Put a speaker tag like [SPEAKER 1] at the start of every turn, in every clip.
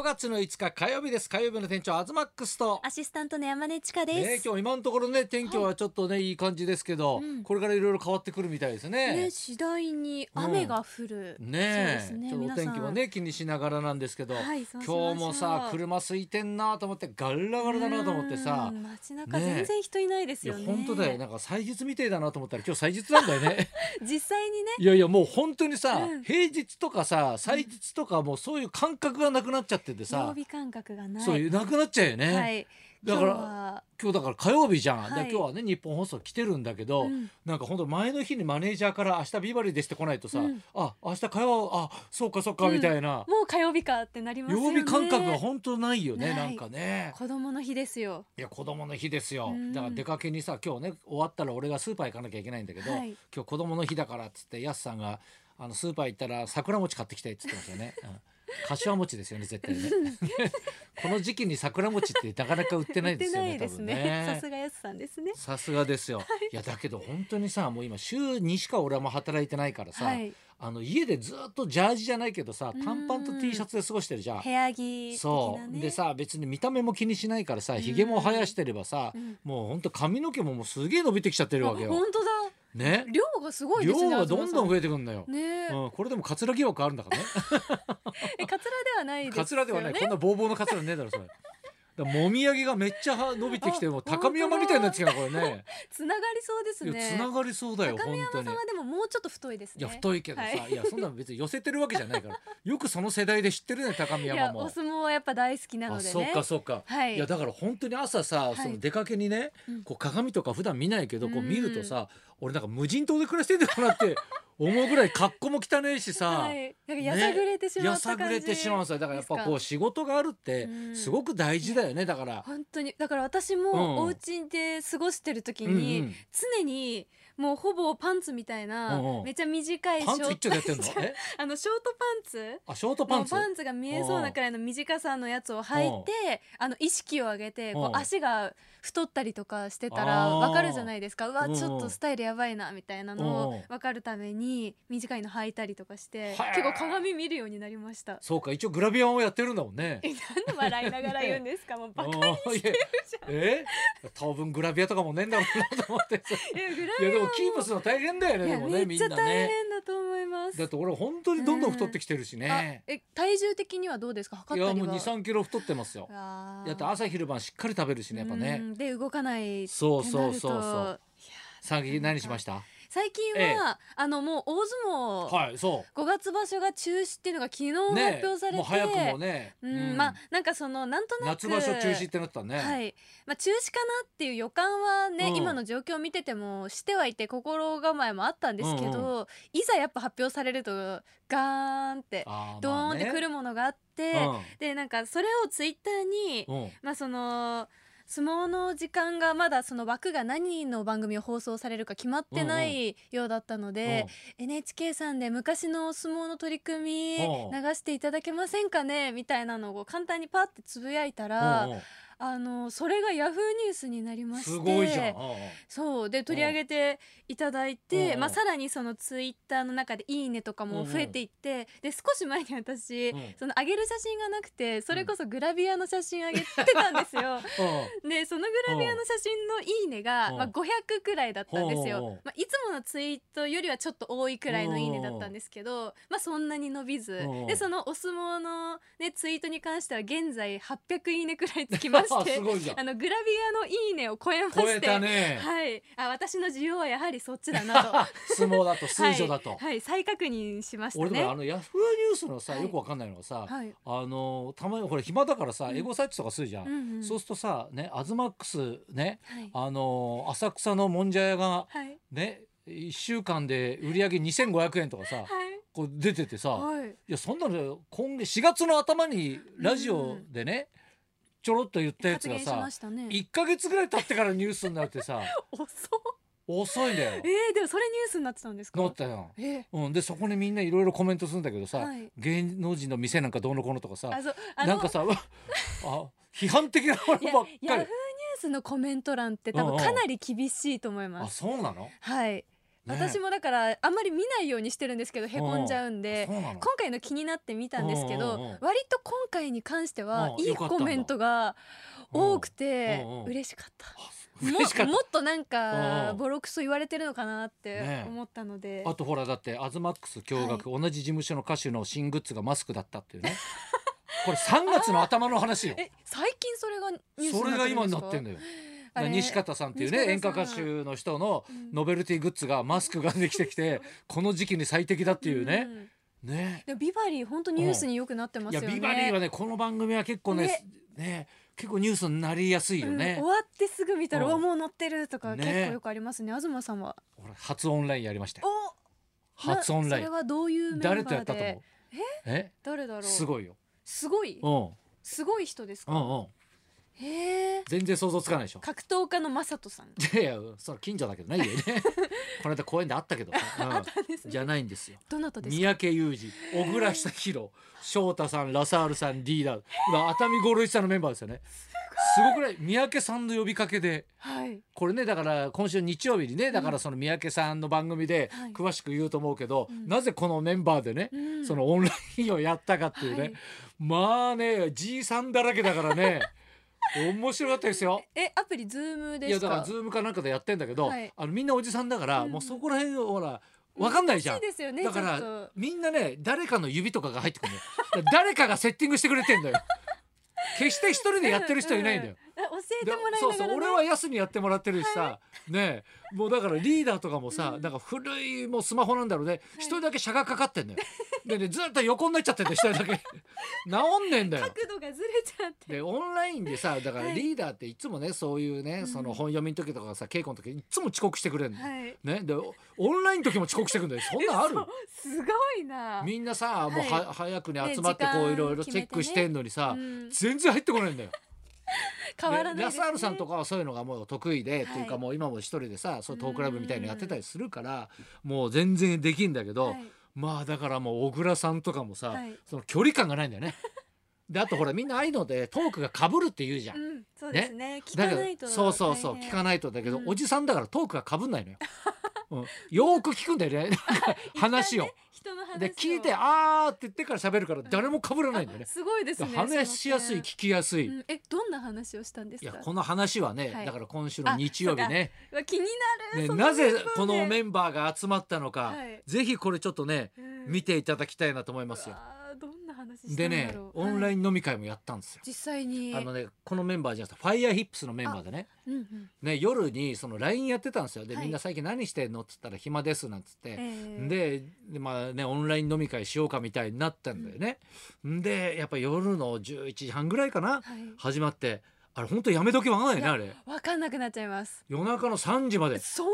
[SPEAKER 1] 5月の5日火曜日です火曜日の店長アズマックスと
[SPEAKER 2] アシスタントの山根千佳です。
[SPEAKER 1] ね、今日今のところね天気はちょっとね、い、い感じですけど、
[SPEAKER 2] うん
[SPEAKER 1] これからいろいろ変わってくるみたいです
[SPEAKER 2] ね
[SPEAKER 1] ね。
[SPEAKER 2] 次第に雨が降る。
[SPEAKER 1] ね
[SPEAKER 2] そうですね
[SPEAKER 1] ちょっとお天気もね気にしながらなんですけど、今日もさ車空いてんなと思ってガラガラだなと思ってさ、
[SPEAKER 2] うん街中
[SPEAKER 1] ね
[SPEAKER 2] 全然人いないです
[SPEAKER 1] いや
[SPEAKER 2] よね。
[SPEAKER 1] 本当だよなんか祭日みてえだなと思ったら今日祭日なんだよ ね
[SPEAKER 2] 実際にね、
[SPEAKER 1] いやいやもう本当にさ、
[SPEAKER 2] うん
[SPEAKER 1] 平日とかさ祭日とかもうそういう感覚がなくなっちゃってて
[SPEAKER 2] 曜
[SPEAKER 1] さ、
[SPEAKER 2] 日感覚がない。
[SPEAKER 1] そういうなくなっちゃうよね、
[SPEAKER 2] はい。
[SPEAKER 1] だから
[SPEAKER 2] 今日は
[SPEAKER 1] 今日だから火曜日じゃん、
[SPEAKER 2] はい
[SPEAKER 1] で今日はね日本放送来てるんだけど、
[SPEAKER 2] うん
[SPEAKER 1] なんか本当前の日にマネージャーから明日ビバリーですって来ないとさ、
[SPEAKER 2] うん
[SPEAKER 1] あ明日火曜あそうかそうか
[SPEAKER 2] うん
[SPEAKER 1] みたいな、
[SPEAKER 2] もう火曜日かってなりますよね。
[SPEAKER 1] 曜日感覚が本当ないよね
[SPEAKER 2] ない
[SPEAKER 1] なんかね
[SPEAKER 2] 子供の日ですよ。
[SPEAKER 1] いや子供の日ですよ、
[SPEAKER 2] うん
[SPEAKER 1] だから出かけにさ今日ね終わったら俺がスーパー行かなきゃいけないんだけど、
[SPEAKER 2] はい
[SPEAKER 1] 今日子供の日だからっつってやすさんがあのスーパー行ったら桜餅買ってきてっつってましたよね。うん柏餅ですよね絶対ね この時期に桜餅ってなかなか売ってないですよね
[SPEAKER 2] 売ってないです
[SPEAKER 1] 多分
[SPEAKER 2] ね。さすがやすさんですね。
[SPEAKER 1] さすがですよ。いやだけど本当にさもう今週にしか俺はもう働いてないからさ、
[SPEAKER 2] はい。
[SPEAKER 1] あの家でずっとジャージじゃないけどさ
[SPEAKER 2] うん
[SPEAKER 1] 短パンと T シャツで過ごしてるじゃん。
[SPEAKER 2] 部屋着的
[SPEAKER 1] そ
[SPEAKER 2] な
[SPEAKER 1] う
[SPEAKER 2] ね。
[SPEAKER 1] でさ別に見た目も気にしないからさ
[SPEAKER 2] うん
[SPEAKER 1] ひげも生やしてればさ、
[SPEAKER 2] うん
[SPEAKER 1] もうほんと髪の毛ももうすげえ伸びてきちゃって
[SPEAKER 2] あ。
[SPEAKER 1] るわけよ。
[SPEAKER 2] 本当だ。
[SPEAKER 1] ね
[SPEAKER 2] 量がすごいですね。
[SPEAKER 1] 量がどんどん
[SPEAKER 2] え
[SPEAKER 1] 増えてくんだよ。
[SPEAKER 2] ねえ、
[SPEAKER 1] うん、これでもカツラ疑惑あるんだからね。
[SPEAKER 2] えカツラではないですよね。
[SPEAKER 1] カツラではない、こんなボーボーのカツラねえだろそれ。だからもみあげがめっちゃは伸びてきて
[SPEAKER 2] あ
[SPEAKER 1] もう高見山みたいになってきたなこれね。
[SPEAKER 2] つながりそうです
[SPEAKER 1] いや
[SPEAKER 2] ね。
[SPEAKER 1] つながりそうだよ
[SPEAKER 2] 高
[SPEAKER 1] 本
[SPEAKER 2] 見
[SPEAKER 1] 当
[SPEAKER 2] 山
[SPEAKER 1] に
[SPEAKER 2] さん。はでももうちょっと太いですね。
[SPEAKER 1] いや太いけどさ、、
[SPEAKER 2] はい
[SPEAKER 1] やそんなの別に寄せてるわけじゃない からよくその世代で知ってるね高見
[SPEAKER 2] い
[SPEAKER 1] 山
[SPEAKER 2] や
[SPEAKER 1] も
[SPEAKER 2] お。相撲はやっぱ大好きなの
[SPEAKER 1] あ
[SPEAKER 2] でね。
[SPEAKER 1] そうかそうか、
[SPEAKER 2] はい
[SPEAKER 1] い、やだから本当に朝さ、
[SPEAKER 2] い
[SPEAKER 1] その出かけにね、
[SPEAKER 2] うん
[SPEAKER 1] こう鏡とか普段見ないけどこう
[SPEAKER 2] うん
[SPEAKER 1] 見るとさ、俺なんか無人島で暮らしてんのかなって思うぐらい格好も汚ねえしさ、
[SPEAKER 2] はい。なんかやさぐれてしま
[SPEAKER 1] や
[SPEAKER 2] った
[SPEAKER 1] さぐ
[SPEAKER 2] 感じ。
[SPEAKER 1] れてしまうさだからやっぱこ
[SPEAKER 2] で
[SPEAKER 1] う仕事があるって
[SPEAKER 2] うん
[SPEAKER 1] すごく大事だよねだから。
[SPEAKER 2] 本当にだから私
[SPEAKER 1] うん
[SPEAKER 2] もお家で過ごしてる時に、
[SPEAKER 1] うんうん
[SPEAKER 2] 常にもうほぼパンツみたいな、
[SPEAKER 1] うんうん
[SPEAKER 2] めちゃ短いショ
[SPEAKER 1] パン
[SPEAKER 2] ー
[SPEAKER 1] ツ一丁でやってんのえ
[SPEAKER 2] あのショートパンツ
[SPEAKER 1] あショートパ
[SPEAKER 2] の
[SPEAKER 1] ンツ
[SPEAKER 2] パンツが見えそうなくらいの短さのやつを履いてあの意識を上げて
[SPEAKER 1] う
[SPEAKER 2] こ
[SPEAKER 1] ん
[SPEAKER 2] う足が太ったりとかしてたら
[SPEAKER 1] あー
[SPEAKER 2] わかるじゃないですかうわ
[SPEAKER 1] うん
[SPEAKER 2] ちょっとスタイルやばいなみたいなの
[SPEAKER 1] うん
[SPEAKER 2] をわかるために短いの履いたりとかして
[SPEAKER 1] はあ
[SPEAKER 2] 結構鏡見るようになりました。
[SPEAKER 1] そうか一応グラビアもやってるんだもんね。
[SPEAKER 2] えなんで笑いながら言うんですかもうバカにしてるじゃん。
[SPEAKER 1] え当分グラビアとかもねえんだろうなと思ってさ
[SPEAKER 2] えグラ
[SPEAKER 1] い
[SPEAKER 2] ビ
[SPEAKER 1] や
[SPEAKER 2] ア
[SPEAKER 1] でもキープするの大変だよね
[SPEAKER 2] い
[SPEAKER 1] で
[SPEAKER 2] や
[SPEAKER 1] もね
[SPEAKER 2] め
[SPEAKER 1] みん
[SPEAKER 2] っちゃ
[SPEAKER 1] な
[SPEAKER 2] 大
[SPEAKER 1] ね
[SPEAKER 2] 変だと思います。
[SPEAKER 1] だって俺本当にどんどん太ってきてるしね
[SPEAKER 2] あえ体重的にはどうですか
[SPEAKER 1] い
[SPEAKER 2] 測っ
[SPEAKER 1] や
[SPEAKER 2] たり
[SPEAKER 1] も
[SPEAKER 2] は。
[SPEAKER 1] う23キロ太ってますよ
[SPEAKER 2] あー
[SPEAKER 1] だって朝昼晩しっかり食べるしねやっぱ
[SPEAKER 2] う
[SPEAKER 1] ね
[SPEAKER 2] んで動かないって
[SPEAKER 1] そう
[SPEAKER 2] な
[SPEAKER 1] そ
[SPEAKER 2] る
[SPEAKER 1] う
[SPEAKER 2] と
[SPEAKER 1] そうそう
[SPEAKER 2] いや
[SPEAKER 1] 最近何しました
[SPEAKER 2] 最近は、
[SPEAKER 1] ええ
[SPEAKER 2] あのもう大相撲、
[SPEAKER 1] はいそ
[SPEAKER 2] 五月場所が中止っていうのが昨日
[SPEAKER 1] うね
[SPEAKER 2] 発表されて、
[SPEAKER 1] もう早くもね
[SPEAKER 2] うん
[SPEAKER 1] うん
[SPEAKER 2] まあなんかそのなんとなく
[SPEAKER 1] 夏場所中止ってなった
[SPEAKER 2] は
[SPEAKER 1] ね
[SPEAKER 2] いまあ、中止かなっていう予感はね、
[SPEAKER 1] うん
[SPEAKER 2] 今の状況を見ててもしてはいて心構えもあったんですけど、
[SPEAKER 1] う
[SPEAKER 2] いざやっぱ発表されるとガーンって
[SPEAKER 1] あ
[SPEAKER 2] ドーンってく
[SPEAKER 1] る
[SPEAKER 2] るものがあって、でなんかそれをツイッターに、
[SPEAKER 1] うんうん
[SPEAKER 2] まあその相撲の時間がまだその枠が何の番組を放送されるか決まってないようだったので、NHK さんで昔のお相撲の取り組み
[SPEAKER 1] うん
[SPEAKER 2] 流していただけませんかねみたいなのを簡単にパってつぶやいた
[SPEAKER 1] うん
[SPEAKER 2] ら
[SPEAKER 1] うん
[SPEAKER 2] あのそれがヤフーニュースになり
[SPEAKER 1] うん
[SPEAKER 2] まして
[SPEAKER 1] すごいじゃんうんうん
[SPEAKER 2] そうで取り上げていただいて、
[SPEAKER 1] うん
[SPEAKER 2] まあ、さらにそのツイッターの中で「いいね」とかも増えていって、で少し前に私、
[SPEAKER 1] うん
[SPEAKER 2] その上げる写真がなくてそれこそグラビアの写真上げてたんですよ。でそのグラビアの写真の「いいねが」
[SPEAKER 1] うん
[SPEAKER 2] まあ、500くらいだったんです
[SPEAKER 1] うんうんうん
[SPEAKER 2] よ、まあ、いつものツイートよりはちょっと多いくらいの「いいね」だったんですけど、まあ、そんなに伸びず
[SPEAKER 1] うんうん
[SPEAKER 2] でそのお相撲の、ね、ツイートに関しては現在800「いいね」くらいつきまし
[SPEAKER 1] あす
[SPEAKER 2] て
[SPEAKER 1] ごいじゃん
[SPEAKER 2] あのグラビアの「いいね」を超えまして
[SPEAKER 1] 超えたね
[SPEAKER 2] はい、あ私の需要はやはりそっちだ なとは
[SPEAKER 1] 相撲だと水上だと
[SPEAKER 2] い、はい、再確認しました
[SPEAKER 1] 俺でも
[SPEAKER 2] ね
[SPEAKER 1] あ。のヤフーニュースのさ
[SPEAKER 2] はい
[SPEAKER 1] よくわかんないのがさ、
[SPEAKER 2] はい
[SPEAKER 1] あのたまにほら暇だからさ、
[SPEAKER 2] うん
[SPEAKER 1] エゴサーチとかするじゃん、
[SPEAKER 2] んん
[SPEAKER 1] そうするとさねアズマックスね
[SPEAKER 2] はい
[SPEAKER 1] あの浅草のもんじゃ屋が
[SPEAKER 2] はい
[SPEAKER 1] ね1週間で売り上げ2500円とかさ
[SPEAKER 2] はい
[SPEAKER 1] こう出ててさ
[SPEAKER 2] はい
[SPEAKER 1] いやそんなの今月4月の頭にラジオでね、ちょろっと言ったやつ
[SPEAKER 2] 発
[SPEAKER 1] が
[SPEAKER 2] 言し
[SPEAKER 1] さ
[SPEAKER 2] ましたね。
[SPEAKER 1] 1か月ぐらい経ってからニュースになってさ
[SPEAKER 2] 遅っ
[SPEAKER 1] 遅いんだよ
[SPEAKER 2] え。ー、でもそれニュースになってたんですか
[SPEAKER 1] なったよ。
[SPEAKER 2] えー
[SPEAKER 1] うん、でそこにみんないろいろコメントするんだけどさ、
[SPEAKER 2] はい
[SPEAKER 1] 芸能人の店なんかどうのこうのとかさ
[SPEAKER 2] あそうあの
[SPEAKER 1] なんかさうわあ批判的なもの
[SPEAKER 2] いや
[SPEAKER 1] ばっ
[SPEAKER 2] ヤ
[SPEAKER 1] かり
[SPEAKER 2] フーニュースのコメント欄って多
[SPEAKER 1] うんう
[SPEAKER 2] 分
[SPEAKER 1] ん
[SPEAKER 2] かなり厳しいと思い
[SPEAKER 1] あ
[SPEAKER 2] ます。
[SPEAKER 1] そうなの
[SPEAKER 2] はい。私もだからあんまり見ないようにしてるんですけどへこんじゃうんで
[SPEAKER 1] そうなの
[SPEAKER 2] 今回の気になって見たんですけ
[SPEAKER 1] うんうんうん
[SPEAKER 2] ど割と今回に関しては
[SPEAKER 1] うん
[SPEAKER 2] い
[SPEAKER 1] よ
[SPEAKER 2] い
[SPEAKER 1] かったん
[SPEAKER 2] コ
[SPEAKER 1] だ
[SPEAKER 2] メントが多くて
[SPEAKER 1] うんうん
[SPEAKER 2] 嬉しかった。も
[SPEAKER 1] 嬉しかっ
[SPEAKER 2] もっとなん
[SPEAKER 1] う
[SPEAKER 2] か
[SPEAKER 1] ん
[SPEAKER 2] ボロクソ言われてるのかなって
[SPEAKER 1] ねえ
[SPEAKER 2] 思ったので、
[SPEAKER 1] たあとほらだってアズマックス驚愕、同じ事務所の歌手の新グッズがマスクだったっていうねこれ3月の頭の話よ
[SPEAKER 2] え最近それがニュース
[SPEAKER 1] それが今になってん
[SPEAKER 2] の
[SPEAKER 1] だよ
[SPEAKER 2] あれ
[SPEAKER 1] 西方さんっていうね演
[SPEAKER 2] 西
[SPEAKER 1] 歌
[SPEAKER 2] 方さ
[SPEAKER 1] 歌
[SPEAKER 2] ん
[SPEAKER 1] 手の人の
[SPEAKER 2] うん
[SPEAKER 1] ノベルティグッズがマスクができてきてこの時期に最適だっていうね、
[SPEAKER 2] ん
[SPEAKER 1] ね
[SPEAKER 2] でもビバリー本当ニュースによくなってま
[SPEAKER 1] い
[SPEAKER 2] すよ
[SPEAKER 1] や
[SPEAKER 2] ね。
[SPEAKER 1] ビバリーはねこの番組は結構ね
[SPEAKER 2] ね
[SPEAKER 1] ね結構ニュースになりやすいよ
[SPEAKER 2] うん
[SPEAKER 1] ね
[SPEAKER 2] 終、わってすぐ見たら、
[SPEAKER 1] う
[SPEAKER 2] うんわもう乗ってるとか
[SPEAKER 1] ね
[SPEAKER 2] 結構よくありますね東さんは
[SPEAKER 1] 俺初オンラインやりましたよ
[SPEAKER 2] お
[SPEAKER 1] 初オンライ
[SPEAKER 2] それ
[SPEAKER 1] ン
[SPEAKER 2] はどういうメンバーで
[SPEAKER 1] 誰とやったと思うえ
[SPEAKER 2] 誰だろう
[SPEAKER 1] すごいよ、
[SPEAKER 2] すごい
[SPEAKER 1] うん、
[SPEAKER 2] すごい人です
[SPEAKER 1] うん
[SPEAKER 2] か
[SPEAKER 1] うん
[SPEAKER 2] へえ
[SPEAKER 1] 全然想像つかないでしょ
[SPEAKER 2] 格闘家のマサトさん
[SPEAKER 1] いやいやそれ近所だけどね家 ねこの間公園であったけど、うん、じゃないんですよ
[SPEAKER 2] どなたです
[SPEAKER 1] 三
[SPEAKER 2] か
[SPEAKER 1] 宅裕二小倉久弘翔太さんラサールさんリーダー今熱海五郎一さんのメンバーですよねすごくない三宅さんの呼びかけで
[SPEAKER 2] はい
[SPEAKER 1] これねだから今週日曜日にねだか
[SPEAKER 2] う
[SPEAKER 1] らその三宅さんの番組で
[SPEAKER 2] はい
[SPEAKER 1] 詳しく言うと思うけど、
[SPEAKER 2] うん
[SPEAKER 1] なぜこのメンバーでね、
[SPEAKER 2] うん
[SPEAKER 1] そのオンラインをやったかっていうね、
[SPEAKER 2] はい
[SPEAKER 1] まあねじいさんだらけだからね 面白かったですよ。
[SPEAKER 2] えアプリズームで
[SPEAKER 1] いや
[SPEAKER 2] す
[SPEAKER 1] だから
[SPEAKER 2] か
[SPEAKER 1] ズームかなんかでやってんだけど、
[SPEAKER 2] はい
[SPEAKER 1] あのみんなおじさんだから、
[SPEAKER 2] うん
[SPEAKER 1] もうそこら辺ほらわかんないじゃん
[SPEAKER 2] 難しい。ですよね
[SPEAKER 1] だか
[SPEAKER 2] ちょっ
[SPEAKER 1] ら
[SPEAKER 2] と
[SPEAKER 1] みんなね誰かの指とかが入ってくるのよ。だから誰かがセッティングしてくれてんだ よ。決して一人でやってる人いないんだよ。
[SPEAKER 2] うんうんあ教え
[SPEAKER 1] で
[SPEAKER 2] てもらいながらね
[SPEAKER 1] そうそう俺は安にやってもらってるしさ、ねえもうだからリーダーとかもさ、なんか古いもうスマホなんだろうね一、人だけしゃがかかってんだよ。でねずっと横になっちゃってんだよ一人だ け。治んねえんだよ。
[SPEAKER 2] 角度がずれちゃって
[SPEAKER 1] でオンラインでさだか
[SPEAKER 2] は
[SPEAKER 1] ら
[SPEAKER 2] い
[SPEAKER 1] リーダーっていつもねそういうね、
[SPEAKER 2] うん
[SPEAKER 1] その本読みの時とかさ稽古の時いつも遅刻してくれるの、
[SPEAKER 2] はい
[SPEAKER 1] ねでオオンラインの時も遅刻してくるんだよそんなんある
[SPEAKER 2] 嘘すごいな
[SPEAKER 1] みんなさもうは、
[SPEAKER 2] はい
[SPEAKER 1] 早くに
[SPEAKER 2] ね
[SPEAKER 1] 集まってこ
[SPEAKER 2] 時
[SPEAKER 1] う
[SPEAKER 2] 間
[SPEAKER 1] いろいろチェックしてんのにさ、
[SPEAKER 2] うん
[SPEAKER 1] 全然入ってこないんだよ。
[SPEAKER 2] 変わらない
[SPEAKER 1] で
[SPEAKER 2] で
[SPEAKER 1] ラ
[SPEAKER 2] す
[SPEAKER 1] サールさんと
[SPEAKER 2] か
[SPEAKER 1] かはそういうのがもう得意で、
[SPEAKER 2] はい
[SPEAKER 1] っていうかもう今も一人でさそうトークライブみたいのやってたりするからもう全然できんだけど、まあだからもう小倉さんとかもさ、
[SPEAKER 2] はい
[SPEAKER 1] その距離感がないんだよね。であとほらみんなああいうのでトークがかぶるって言うじゃん
[SPEAKER 2] う。ん、そうですね聞
[SPEAKER 1] だ
[SPEAKER 2] か
[SPEAKER 1] けど
[SPEAKER 2] ないと
[SPEAKER 1] そうそうそう
[SPEAKER 2] 大
[SPEAKER 1] 聞
[SPEAKER 2] 変
[SPEAKER 1] かないとだけど、
[SPEAKER 2] うん
[SPEAKER 1] おじさんだからトークがかぶんないのよ、うん、よーく聞くんだよ ねなんか話を、
[SPEAKER 2] 人の話を
[SPEAKER 1] で聞いて「あー」って言ってから喋るから誰もかぶらないんだよね、
[SPEAKER 2] すごいです
[SPEAKER 1] だ
[SPEAKER 2] ね
[SPEAKER 1] から話しやすい
[SPEAKER 2] そ
[SPEAKER 1] 聞きやすい、
[SPEAKER 2] の点うんえどんな話をしたんです
[SPEAKER 1] いや
[SPEAKER 2] か
[SPEAKER 1] この話はね、
[SPEAKER 2] はい
[SPEAKER 1] だから今週の日曜日ね
[SPEAKER 2] うわ気になる
[SPEAKER 1] ね
[SPEAKER 2] その
[SPEAKER 1] なぜ
[SPEAKER 2] メンバーで
[SPEAKER 1] このメンバーが集まったのか、
[SPEAKER 2] はい
[SPEAKER 1] ぜひこれちょっとね
[SPEAKER 2] うん
[SPEAKER 1] 見ていただきたいなと思います
[SPEAKER 2] う
[SPEAKER 1] よ。
[SPEAKER 2] わーどんな話した
[SPEAKER 1] で
[SPEAKER 2] んだ
[SPEAKER 1] ね
[SPEAKER 2] ろう
[SPEAKER 1] オンラ
[SPEAKER 2] はい
[SPEAKER 1] イン飲み会もやったんですよ。
[SPEAKER 2] 実際に
[SPEAKER 1] あのねこのメンバーじゃなくてファイヤーヒップスのメンバーでね
[SPEAKER 2] うんうん
[SPEAKER 1] ね、夜にその LINE やってたんですよで、
[SPEAKER 2] はい
[SPEAKER 1] みんな最近何してんのっつったら暇ですなんつって、
[SPEAKER 2] えー
[SPEAKER 1] ででまあねオンライン飲み会しようかみたいになったんだよね、でやっぱ夜の11時半ぐらいかな、
[SPEAKER 2] はい
[SPEAKER 1] 始まってあれ本当やめときわかんないよねあれ
[SPEAKER 2] わかんなくなっちゃいます
[SPEAKER 1] 夜中の3時まで
[SPEAKER 2] そん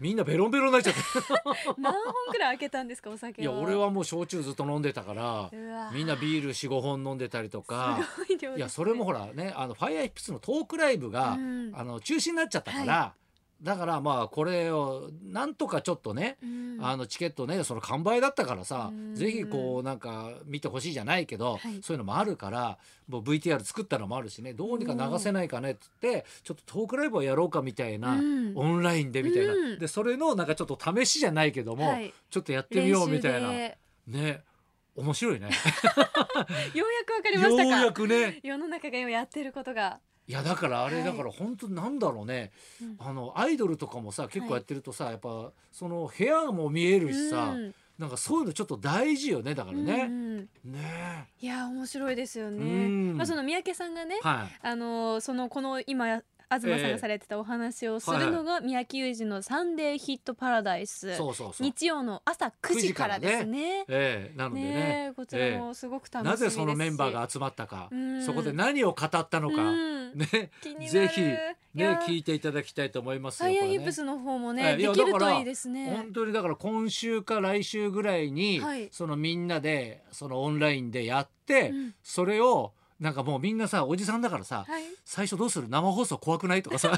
[SPEAKER 1] みんなベロンベロンになっちゃって
[SPEAKER 2] な何本くらい開けたんですかお酒を
[SPEAKER 1] いや俺はもう焼酎ずっと飲んでたから
[SPEAKER 2] うわー
[SPEAKER 1] みんなビール45本飲んでたりとか。
[SPEAKER 2] すごい量ですね
[SPEAKER 1] いやそれもほらねあのファイアーヒップスのトークライブが、
[SPEAKER 2] うん
[SPEAKER 1] あの中止になっちゃったから、だからまあこれをなんとかちょっとね、
[SPEAKER 2] うん
[SPEAKER 1] あのチケットねその完売だったからさ、
[SPEAKER 2] うん
[SPEAKER 1] ぜひこうなんか見てほしいじゃないけど、
[SPEAKER 2] はい
[SPEAKER 1] そういうのもあるからもう VTR 作ったのもあるしねどうにか流せないかねっつってちょっとトークライブをやろうかみたいな、
[SPEAKER 2] うん
[SPEAKER 1] オンラインでみたいな、
[SPEAKER 2] うん
[SPEAKER 1] でそれのなんかちょっと試しじゃないけども、
[SPEAKER 2] はい
[SPEAKER 1] ちょっとやってみようみたいな
[SPEAKER 2] 練習で
[SPEAKER 1] ね面白いね
[SPEAKER 2] ようやくわかりま
[SPEAKER 1] よ
[SPEAKER 2] し
[SPEAKER 1] う
[SPEAKER 2] たか
[SPEAKER 1] やくね
[SPEAKER 2] 世の中が今やってることが
[SPEAKER 1] いやだからあ
[SPEAKER 2] は
[SPEAKER 1] れ
[SPEAKER 2] い
[SPEAKER 1] だから本当なんだろうね、
[SPEAKER 2] うん
[SPEAKER 1] あのアイドルとかもさ結構やってるとさ、やっぱその部屋も見えるしさ、
[SPEAKER 2] うん
[SPEAKER 1] なんかそういうのちょっと大事よねだから
[SPEAKER 2] う
[SPEAKER 1] ね。
[SPEAKER 2] んうん
[SPEAKER 1] ね
[SPEAKER 2] いや面白いですよ
[SPEAKER 1] うん
[SPEAKER 2] ね。まあその三宅さんがね、
[SPEAKER 1] えはい。
[SPEAKER 2] あのーそのこの今東さんがされてたお話をするのが三宅裕二のサンデーヒットパラダイス、
[SPEAKER 1] そうそうそう。
[SPEAKER 2] 日曜の朝9時からですね。
[SPEAKER 1] ええなので
[SPEAKER 2] ね
[SPEAKER 1] ね。
[SPEAKER 2] えこちらもすごく楽しみですし。
[SPEAKER 1] なぜそのメンバーが集まったか
[SPEAKER 2] う、ん
[SPEAKER 1] そこで何を語ったのか、
[SPEAKER 2] うん
[SPEAKER 1] ね、
[SPEAKER 2] 気になる
[SPEAKER 1] ぜひ
[SPEAKER 2] いや
[SPEAKER 1] ね、聞いていただきたいと思いますよ。
[SPEAKER 2] サイヤ
[SPEAKER 1] こ
[SPEAKER 2] ヒ
[SPEAKER 1] れ
[SPEAKER 2] ッ
[SPEAKER 1] ね
[SPEAKER 2] プスの方も
[SPEAKER 1] え
[SPEAKER 2] ね
[SPEAKER 1] えいや
[SPEAKER 2] できる
[SPEAKER 1] だか
[SPEAKER 2] と
[SPEAKER 1] ら
[SPEAKER 2] いいですね
[SPEAKER 1] 本。当にだから今週か来週ぐらいに、
[SPEAKER 2] はい
[SPEAKER 1] そのみんなでそのオンラインでやって、
[SPEAKER 2] うん
[SPEAKER 1] それをなんかもうみんなさおじさんだからさ、
[SPEAKER 2] はい。
[SPEAKER 1] 最初どうする生放送怖くないとかさ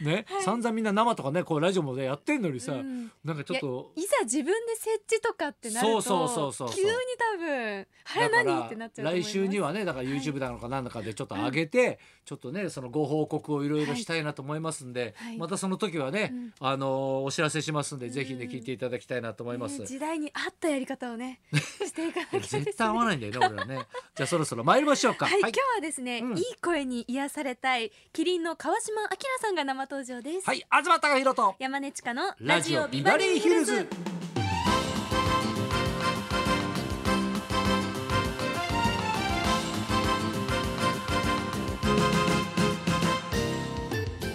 [SPEAKER 1] ね、散々みんな生とかねこうラジオもねやってんのにさ、
[SPEAKER 2] うん
[SPEAKER 1] なんかちょっと
[SPEAKER 2] いざ自分で設置とかってなると
[SPEAKER 1] そうそうそうそうそう
[SPEAKER 2] 急に多分あれ
[SPEAKER 1] だ
[SPEAKER 2] 何
[SPEAKER 1] か
[SPEAKER 2] ってなっちゃう
[SPEAKER 1] ら
[SPEAKER 2] と思い
[SPEAKER 1] 来
[SPEAKER 2] ます
[SPEAKER 1] 週にはねだから YouTube なのかなんだかでちょっと上げて、ちょっとねそのご報告をいろいろしたいなと思いますんで、
[SPEAKER 2] はいはい
[SPEAKER 1] またその時はね、
[SPEAKER 2] うん
[SPEAKER 1] あのーお知らせしますんで、ぜひね
[SPEAKER 2] うん
[SPEAKER 1] 聞いていただきたいなと思います。
[SPEAKER 2] ね時代に合ったやり方 をねしていかなきゃですね
[SPEAKER 1] 絶対合わないんだよね俺らね。じゃあそろそろ参りましょうか。
[SPEAKER 2] はい、今日はですね、
[SPEAKER 1] うん
[SPEAKER 2] いい声に癒されたいキリンの川島明さんが生登場です、
[SPEAKER 1] はい、東貴博と
[SPEAKER 2] 山根千佳の
[SPEAKER 1] ラ
[SPEAKER 2] ラ
[SPEAKER 1] ジ
[SPEAKER 2] ジ
[SPEAKER 1] オ
[SPEAKER 2] オ
[SPEAKER 1] ビ
[SPEAKER 2] ビ
[SPEAKER 1] バ
[SPEAKER 2] バ
[SPEAKER 1] リ
[SPEAKER 2] リ
[SPEAKER 1] ー
[SPEAKER 2] ー
[SPEAKER 1] ヒ
[SPEAKER 2] ヒ
[SPEAKER 1] ル
[SPEAKER 2] ル
[SPEAKER 1] ズ
[SPEAKER 2] ズ。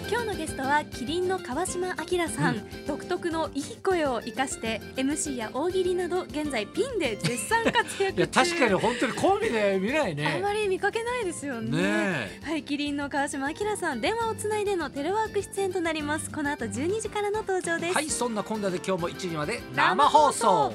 [SPEAKER 2] 今日のゲストはキリンの川島明さん、
[SPEAKER 1] う
[SPEAKER 2] 独特のいい声を生かして MC や大喜利など現在ピンで絶賛活躍中
[SPEAKER 1] いや確かに本当にコンビで見ない
[SPEAKER 2] あ
[SPEAKER 1] ね。
[SPEAKER 2] まり見かけないですよ
[SPEAKER 1] ね
[SPEAKER 2] ね
[SPEAKER 1] え。
[SPEAKER 2] はい、キリンの川島明さん、電話をつないでのテレワーク出演となります。この後12時からの登場です。
[SPEAKER 1] はいそんな今度で今日も1時まで生放送